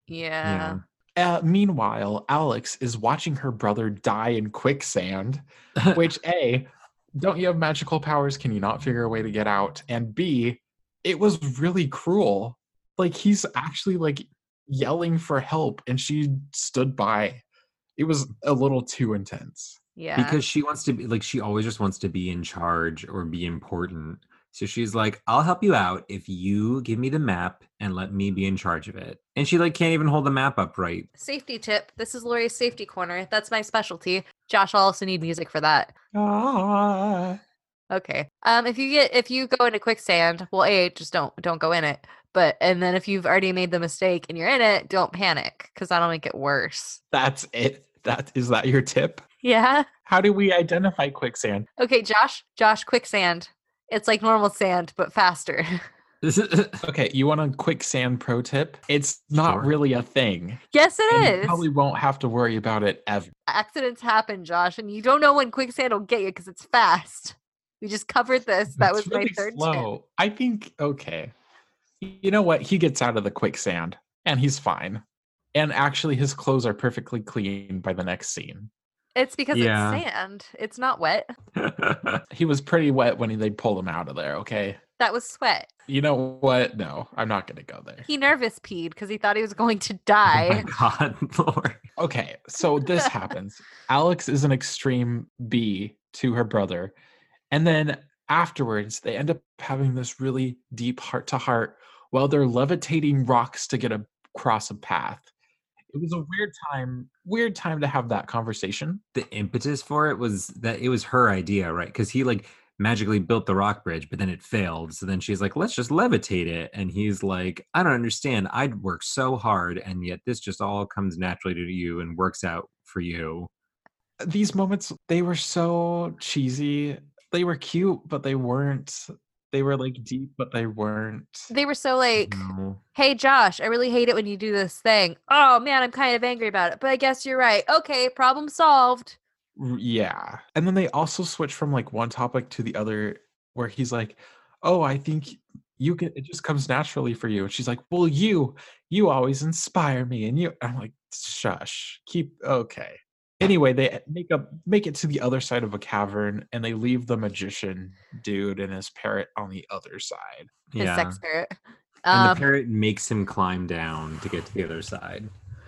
S2: Yeah.
S1: Uh, meanwhile, Alex is watching her brother die in quicksand, which A, don't you have magical powers? Can you not figure a way to get out? And B, it was really cruel. Like he's actually like yelling for help and she stood by. It was a little too intense.
S2: Yeah.
S4: because she wants to be like she always just wants to be in charge or be important so she's like i'll help you out if you give me the map and let me be in charge of it and she like can't even hold the map up right
S2: safety tip. This is Lori's safety corner. That's my specialty. Josh, I'll also need music for that.
S1: Ah.
S2: Okay. Um, if you get if you go into quicksand, well, a just don't don't go in it. But and then if you've already made the mistake and you're in it, don't panic because that'll make it worse.
S1: That's it. That is that your tip?
S2: Yeah.
S1: How do we identify quicksand?
S2: Okay, Josh. Josh, quicksand. It's like normal sand but faster.
S4: Oh
S1: Okay, you want a quicksand pro tip? It's not
S4: Sure.
S1: really a thing.
S2: yes, it
S1: and
S2: is.
S1: You probably won't have to worry about it ever.
S2: Accidents happen, Josh, and you don't know when quicksand will get you because it's fast. We just covered this. That
S1: It's
S2: was
S1: really
S2: my third tip.
S1: slow. I think okay. You know what? He gets out of the quicksand and he's fine. And actually, his clothes are perfectly clean by the next scene.
S2: It's because
S4: Yeah.
S2: it's sand. It's not wet.
S1: He was pretty wet when they pulled him out of there. Okay.
S2: That was sweat.
S1: You know what? No, I'm not going to go there.
S2: He nervous peed because he thought he was going to
S4: Eh. oh
S2: die.
S4: my god lord
S1: Okay, so this happens. Alex is an extreme B to her brother. And then afterwards, they end up having this really deep heart to heart while they're levitating rocks to get a- across a path. It was a weird time, weird time to have that conversation.
S4: the impetus for it was that it was her idea right because he like magically built the rock bridge but then it failed so then she's like let's just levitate it and he's like i don't understand i'd work so hard and yet this just all comes naturally to you and works out for you
S1: These moments, they were so cheesy. They were cute, but they weren't. They were like deep, but they weren't.
S2: They were so like,
S4: No.
S2: hey, Josh, I really hate it when you do this thing. Oh, man, I'm kind of angry about it, but I guess you're right. Okay, problem solved.
S1: R- Yeah. And then they also switch from like one topic to the other where he's like, "Oh, I think you can it just comes naturally for you." And she's like, "Well, you you always inspire me." And you I'm like, "Shush. Keep okay." Anyway, they e- make up make it to the other side of a cavern and they leave the magician dude and his parrot on the other side.
S2: His
S4: yeah
S2: sex spirit.
S4: and
S2: Um,
S4: the parrot makes him climb down to get to the other side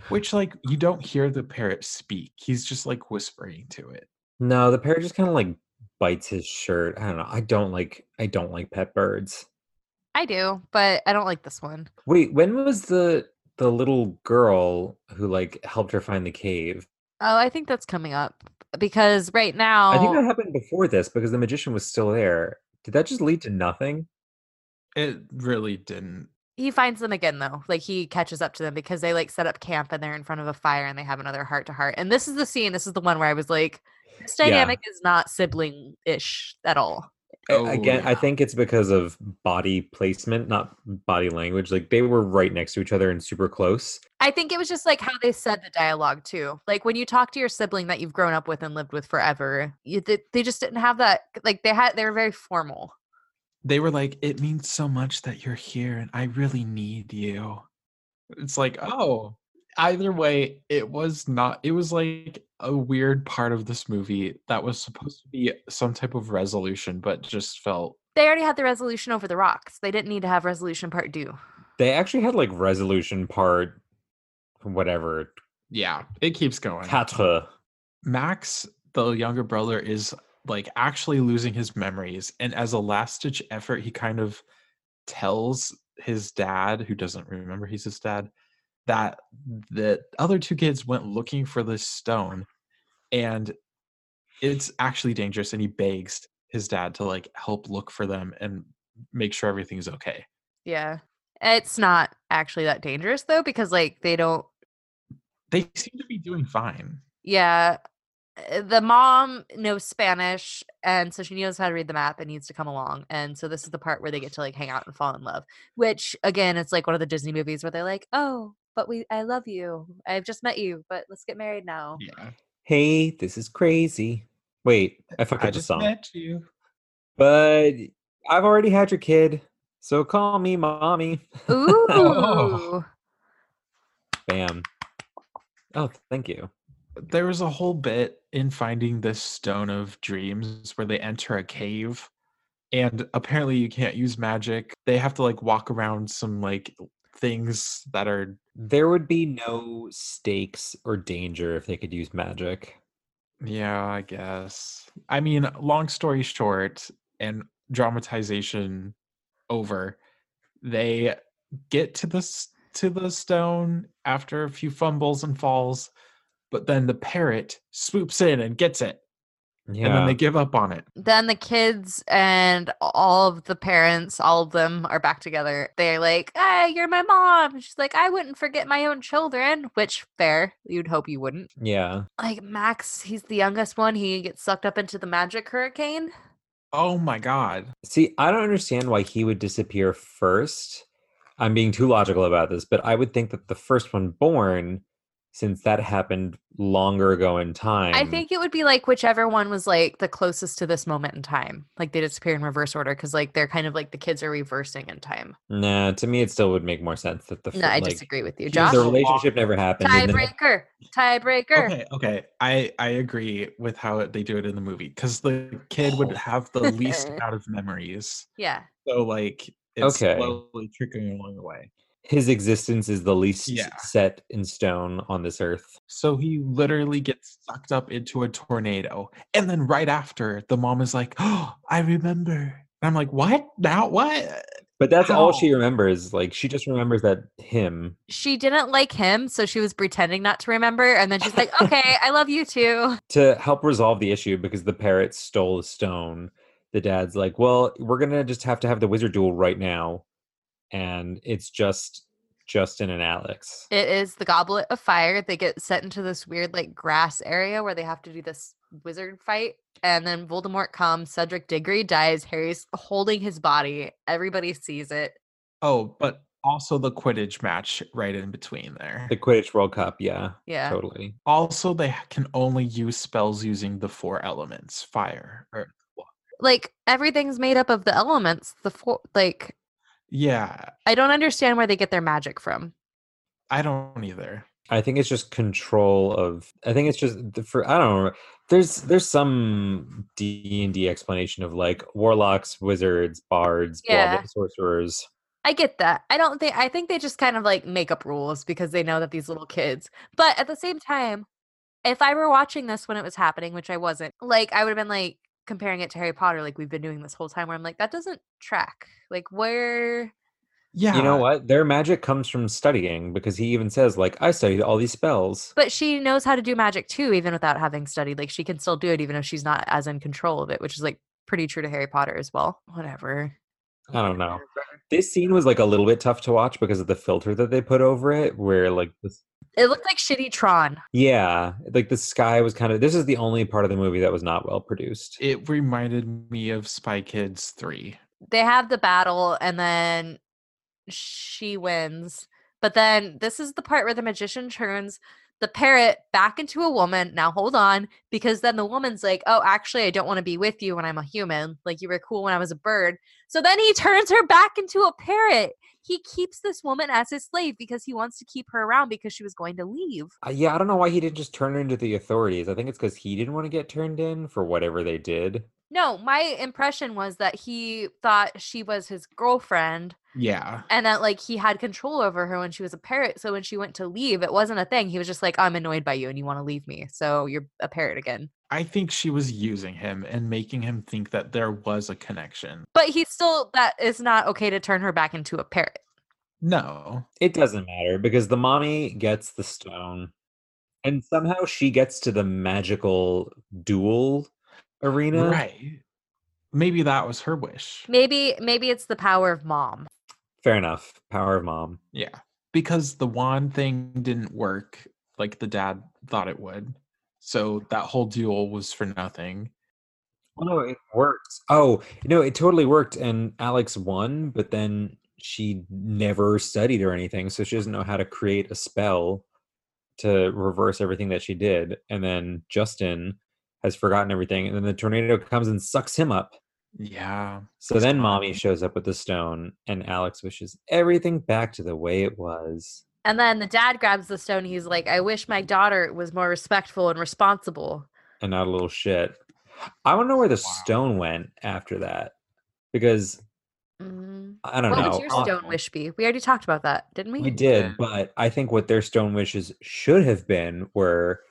S1: Which like you don't hear the parrot speak. He's just like whispering to it.
S4: no the parrot just kind of like bites his shirt i don't know i don't like i don't like pet birds
S2: I do, but I don't like this one.
S4: wait when was the the little girl who like helped her find the cave
S2: Oh, I think that's coming up because right now.
S4: I think that happened before this because the magician was still there. Did that just lead to nothing?
S1: It really didn't
S2: he finds them again though like he catches up to them because they like set up camp and they're in front of a fire and they have another heart to heart and this is the scene this is the one where i was like this
S4: Yeah.
S2: dynamic is not sibling-ish at all
S4: A-
S1: Oh,
S4: Again, I
S1: yeah.
S4: think it's because of body placement, not body language. Like they were right next to each other and super close.
S2: i think it was just like how they said the dialogue too like when you talk to your sibling that you've grown up with and lived with forever you, they, they just didn't have that like they had they were very formal
S1: they were like, "It means so much that you're here, and I really need you." It's like, oh, either way, it was not. It was like a weird part of this movie that was supposed to be some type of resolution, but just felt
S2: they already had the resolution over the rocks they didn't need to have resolution part due
S4: They actually had like resolution part, whatever,
S1: yeah, it keeps going.
S4: quatre.
S1: Max the younger brother is like actually losing his memories and as a last ditch effort he kind of tells his dad who doesn't remember he's his dad that the other two kids went looking for this stone and it's actually dangerous and he begs his dad to like help look for them and make sure everything's okay
S2: Yeah. It's not actually that dangerous though, because like they don't
S1: they seem to be doing fine
S2: yeah. uh, The mom knows Spanish and so she knows how to read the map and needs to come along. And so this is the part where they get to like hang out and fall in love. Which again it's like one of the Disney movies where they're like, Oh, but we I love you. I've just met you, but let's get married now.
S1: yeah
S4: Hey, this is crazy. Wait, I fucked
S1: i
S4: up the
S1: just
S4: song.
S1: met you
S4: But I've already had your kid, so call me mommy.
S2: Ooh.
S1: Oh.
S4: Bam. Oh, thank you.
S1: there was a whole bit in finding this stone of dreams where they enter a cave and apparently you can't use magic they have to like walk around some like things that are
S4: There would be no stakes or danger if they could use magic.
S1: yeah i guess i mean long story short and dramatization over they get to this to the stone after a few fumbles and falls but then the parrot swoops in and gets it
S4: Yeah.
S1: and then they give up on it
S2: then the kids and all of the parents, all of them are back together. They're like, "Hey, you're my mom." She's like, "I wouldn't forget my own children," which fair. You'd hope you wouldn't.
S4: yeah.
S2: Like Max, he's the youngest one. He gets sucked up into the magic hurricane.
S1: oh my god
S4: See, I don't understand why he would disappear first. I'm being too logical about this, but I would think that the first one born, since that happened longer ago in time.
S2: I think it would be like whichever one was like the closest to this moment in time. Like they disappear in reverse order because like they're kind of like the kids are reversing in time.
S4: Nah, to me, it still would make more sense that the.
S2: No,
S4: fir-
S2: I
S4: like,
S2: disagree with you,
S1: he's
S2: Josh.
S4: The relationship never happened. and then-
S2: Tiebreaker. Tiebreaker.
S1: Okay, okay. I I agree with how they do it in the movie because the kid would have the least amount of memories.
S2: Yeah.
S1: So like it's
S4: Okay.
S1: slowly trickling along the way.
S4: his existence is the least
S1: Yeah.
S4: set in stone on this earth.
S1: So he literally gets sucked up into a tornado, and then right after, the mom is like, "Oh, I remember." And I'm like, "What now? What?"
S4: But that's all she
S1: How?
S4: remembers. Like she just remembers that him.
S2: she didn't like him, so she was pretending not to remember. And then she's like, okay, I love you too.
S4: to help resolve the issue because the parrot stole the stone the dad's like well we're gonna just have to have the wizard duel right now and it's just justin and alex
S2: It is the goblet of fire. They get sent into this weird, like, grass area where they have to do this wizard fight. And then Voldemort comes, Cedric Diggory dies, Harry's holding his body. Everybody sees it.
S1: Oh, but also the Quidditch match right in between there.
S4: the quidditch world cup yeah,
S2: Yeah.
S4: totally
S1: Also, they can only use spells using the four elements: fire, earth, water.
S2: Like, everything's made up of the elements. The four, like,
S1: Yeah,
S2: I don't understand where they get their magic from.
S1: I don't either.
S4: i think it's just control of i think it's just the for i don't know there's there's some d&d explanation of like warlocks wizards bards blah, blah,
S2: Yeah.
S4: sorcerers
S2: I get that. I don't think I think they just kind of like make up rules because they know that these little kids. But at the same time, if I were watching this when it was happening, which I wasn't, like I would have been like comparing it to Harry Potter like we've been doing this whole time where I'm like that doesn't track. Like where
S1: Yeah,
S4: you know what their magic comes from studying because he even says like i studied all these spells
S2: but she knows how to do magic too even without having studied. Like she can still do it even if she's not as in control of it, which is like pretty true to Harry Potter as well. Whatever.
S4: I don't know. This scene was like a little bit tough to watch because of the filter that they put over it, where like this,
S2: It looked like shitty Tron.
S4: yeah, like the sky was kind of. This is the only part of the movie that was not well produced.
S1: It reminded me of Spy Kids 3.
S2: they have the battle and then she wins. But then this is the part where the magician turns the parrot back into a woman. Now hold on, because then the woman's like, "Oh, actually, I don't want to be with you when I'm a human. Like you were cool when I was a bird." So then he turns her back into a parrot. He keeps this woman as his slave because he wants to keep her around because she was going to leave.
S4: Uh, yeah, I don't know why he didn't just turn her into the authorities. I think it's because he didn't want to get turned in for whatever they did.
S2: No, my impression was that he thought she was his girlfriend
S1: Yeah.
S2: and that like he had control over her when she was a parrot. So when she went to leave, it wasn't a thing. He was just like, "I'm annoyed by you, and you want to leave me, so you're a parrot again."
S1: I think she was using him and making him think that there was a connection.
S2: But he still that is not okay to turn her back into a parrot.
S1: No.
S4: It doesn't matter because the mommy gets the stone and somehow she gets to the magical duel arena.
S1: Right. Maybe that was her wish.
S2: Maybe maybe it's the power of mom.
S4: Fair enough. Power of mom.
S1: Yeah. Because the wand thing didn't work like the dad thought it would. So that whole duel was for nothing.
S4: Oh, no, it worked. Oh, no, it totally worked. And Alex won, but then she never studied or anything. So she doesn't know how to create a spell to reverse everything that she did. And then Justin has forgotten everything. And then the tornado comes and sucks him up.
S1: Yeah.
S4: So then mommy shows up with the stone, and Alex wishes everything back to the way it was.
S2: And then the dad grabs the stone. He's like, I wish my daughter was more respectful and responsible.
S4: and not a little shit. I want to know where the stone went after that because
S2: Mhm.
S4: I don't
S2: What
S4: know.
S2: would your stone wish be? We already talked about that, didn't we?
S4: We did,
S1: Yeah.
S4: but I think what their stone wishes should have been were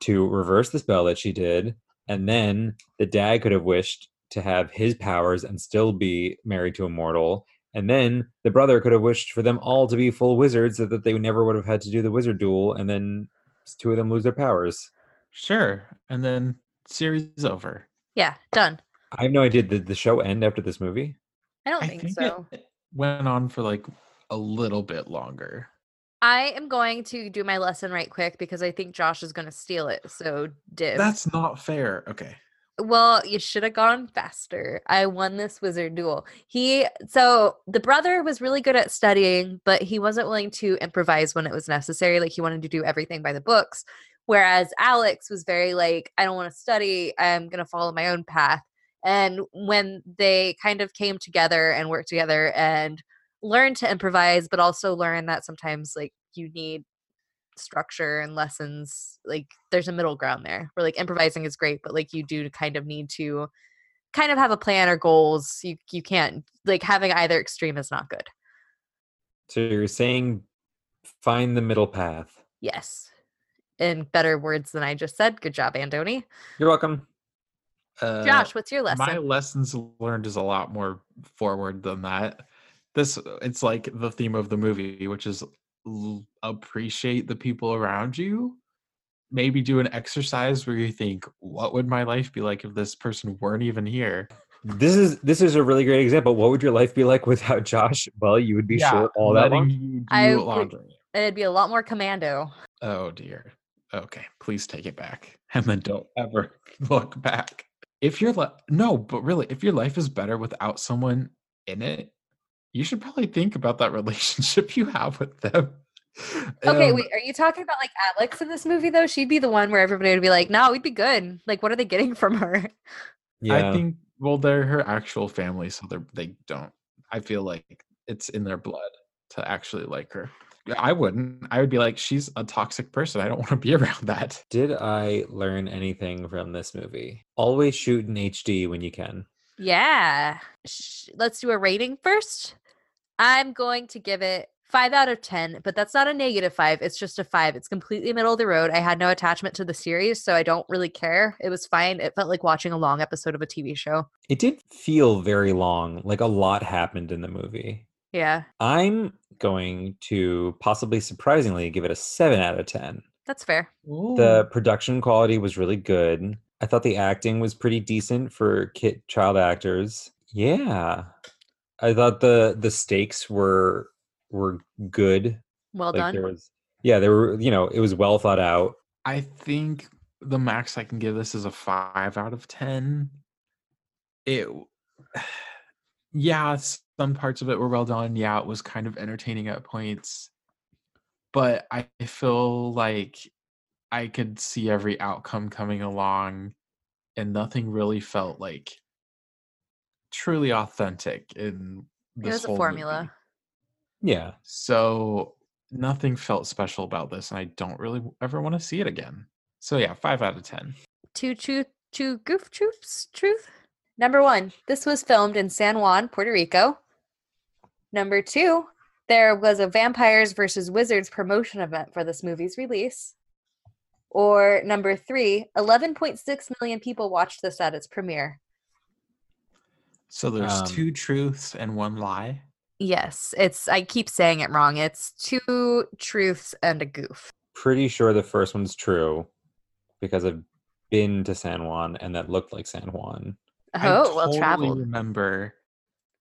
S4: to reverse the spell that she did, and then the dad could have wished to have his powers and still be married to a mortal. And then the brother could have wished for them all to be full wizards so that they never would have had to do the wizard duel, and then two of them lose their powers.
S1: Sure. And then series is over.
S2: Yeah, done.
S4: I have no idea. Did the show end after this movie?
S2: I don't
S1: I
S2: think,
S1: think
S2: so.
S1: it went on for like a little bit longer.
S2: I am going to do my lesson right quick because I think Josh is going to steal it. So, div.
S1: That's not fair. Okay.
S2: Well, you should have gone faster. I won this wizard duel. He so the brother was really good at studying, but he wasn't willing to improvise when it was necessary. Like he wanted to do everything by the books. Whereas Alex was very like, I don't want to study. I'm gonna follow my own path. And when they kind of came together and worked together and learned to improvise, but also learn that sometimes like you need structure and lessons like there's a middle ground there where like improvising is great but like you do kind of need to kind of have a plan or goals you you can't like having either extreme is not good
S4: So you're saying find the middle path.
S2: yes in better words than i just said good job andoni
S4: You're welcome.
S1: Uh,
S2: josh what's your lesson
S1: my lessons learned is a lot more forward than that. This uh, it's like the theme of the movie, which is l- appreciate the people around you. Maybe do an exercise where you think, what would my life be like if this person weren't even here?
S4: This is this is a really great example. What would your life be like without Josh? Well, you would be short all that
S1: letting
S4: long.
S1: you do
S2: I would-
S1: laundry.
S2: it'd be a lot more commando
S1: Oh dear. Okay, please take it back, and then don't ever look back. If your li- no, but really, if your life is better without someone in it, you should probably think about that relationship you have with them.
S2: okay
S1: Um,
S2: wait are you talking about like alex in this movie though she'd be the one where everybody would be like no we'd be good like what are they getting from her
S1: I think well, they're her actual family, so they're they don't. I feel like it's in their blood to actually like her. Yeah, I wouldn't. I would be like, she's a toxic person. I don't want to be around that.
S4: Did I learn anything from this movie? Always shoot in HD when you can.
S2: Yeah. Sh- Let's do a rating first. I'm going to give it five out of 10, but that's not a negative five. It's just a five. It's completely middle of the road. I had no attachment to the series, so I don't really care. It was fine. It felt like watching a long episode of a TV show.
S4: It did feel very long, like a lot happened in the movie.
S2: Yeah.
S4: I'm going to possibly surprisingly give it a 7 out of 10.
S2: That's fair.
S4: The
S2: Mm.
S4: production quality was really good. I thought the acting was pretty decent for kid child actors. Yeah. I thought the the stakes were were good.
S2: Well
S4: like
S2: done.
S4: there was yeah, there were, you know, it was well thought out.
S1: I think the max I can give this is a five out of ten. It, w- yeah, s- some parts of it were well done. Yeah, it was kind of entertaining at points, but I I feel like I could see every outcome coming along, and nothing really felt like truly authentic in
S2: It
S1: this
S2: was a
S1: whole
S2: formula.
S1: movie.
S4: Yeah.
S1: So nothing felt special about this, and I don't really w- ever want to see it again. So yeah, five out of ten.
S2: Two, two, two goof troops. Truth. Number one, this was filmed in San Juan, Puerto Rico. Number two, there was a vampires versus wizards promotion event for this movie's release. Or number three, 11.6 million people watched this at its premiere.
S1: So there's
S4: Um,
S1: two truths and one lie.
S2: Yes, it's, I keep saying it wrong. It's two truths and a goof.
S4: Pretty sure the first one's true because I've been to San Juan and that looked like San Juan.
S2: Oh,
S1: I
S2: well
S1: totally
S2: traveled.
S1: Remember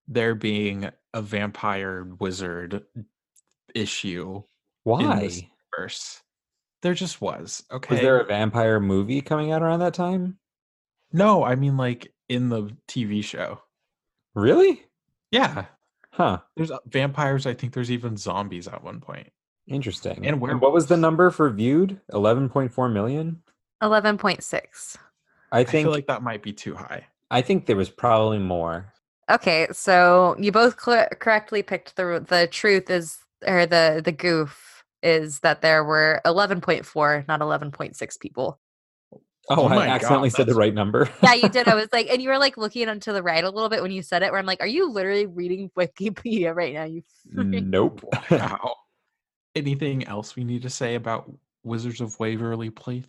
S1: there being a vampire wizard issue
S4: Why?
S1: this- verse. There just was. Okay.
S4: Was there a vampire movie coming out around that time?
S1: no, I mean like in the TV show.
S4: Really?
S1: Yeah.
S4: Huh.
S1: There's uh, vampires. I think there's even zombies at one point.
S4: Interesting.
S1: And
S4: what was the
S1: werewolves.
S4: number for viewed? 11.4 million?
S2: 11.6.
S4: I
S1: I,
S4: think
S1: feel like that might be too high.
S4: I think there was probably more.
S2: Okay, so you both cl- correctly picked the the truth is or the the goof is that there were 11.4 not 11.6 people.
S4: Oh,
S1: Oh my
S4: I
S1: God,
S4: accidentally said the
S1: that's-
S4: right number.
S2: Yeah, you did. I was like and you were like looking onto the right a little bit when you said it where I'm like are you literally reading Wikipedia right now? You freak."
S4: nope.
S1: Wow. Anything else we need to say about Wizards of Waverly Place?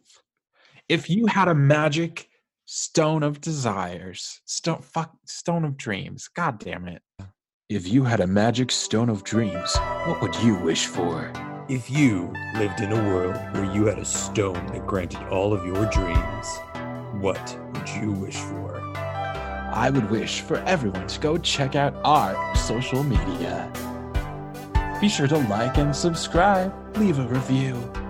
S1: If you had a magic stone of desires, stone fuck stone of dreams. God damn it. If you had a magic stone of dreams, what would you wish for?
S3: If you lived in a world where you had a stone that granted all of your dreams, what would you wish for?
S1: I would wish for everyone to go check out our social media. Be sure to like and subscribe, leave a review,